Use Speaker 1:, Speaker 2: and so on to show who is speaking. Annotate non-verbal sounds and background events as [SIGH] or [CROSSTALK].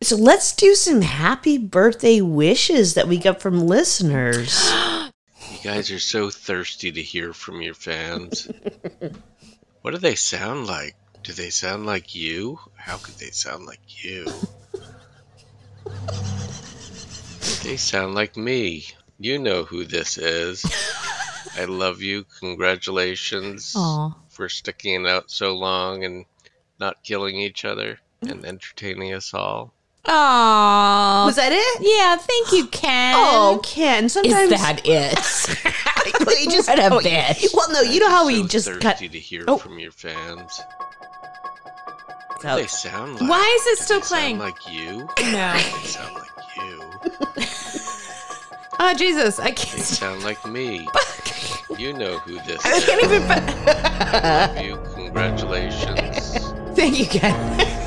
Speaker 1: So let's do some happy birthday wishes that we got from listeners.
Speaker 2: You guys are so thirsty to hear from your fans. what do they sound like? Do they sound like you? How could they sound like you? they sound like me. You know who this is. I love you. Congratulations
Speaker 1: Aw.
Speaker 2: for sticking it out so long and not killing each other and entertaining us all.
Speaker 1: [GASPS]
Speaker 3: Aww.
Speaker 1: Was that it?
Speaker 3: yeah, thank you, Ken.
Speaker 1: Oh, Ken.
Speaker 3: is
Speaker 1: Sometimes [LAUGHS]
Speaker 3: that it?
Speaker 1: Well, you [LAUGHS] just
Speaker 3: What a
Speaker 1: oh,
Speaker 3: bitch.
Speaker 1: Well, no, you know
Speaker 2: I'm
Speaker 1: how we
Speaker 2: so
Speaker 1: just
Speaker 2: thirsty
Speaker 1: cut
Speaker 2: to hear
Speaker 1: Oh.
Speaker 2: from your fans.
Speaker 1: cuts
Speaker 2: They
Speaker 1: out.
Speaker 2: sound like.
Speaker 3: [LAUGHS] Why is it
Speaker 2: Do
Speaker 3: still
Speaker 2: they sound
Speaker 3: playing?
Speaker 2: Like you.
Speaker 3: no.
Speaker 2: They sound like you.
Speaker 3: Oh, Jesus. I [LAUGHS]
Speaker 2: They
Speaker 3: can't.
Speaker 2: sound like me. You know who this
Speaker 3: I
Speaker 2: is.
Speaker 3: can't even.
Speaker 2: I love you. Congratulations.
Speaker 3: Thank you, Ken.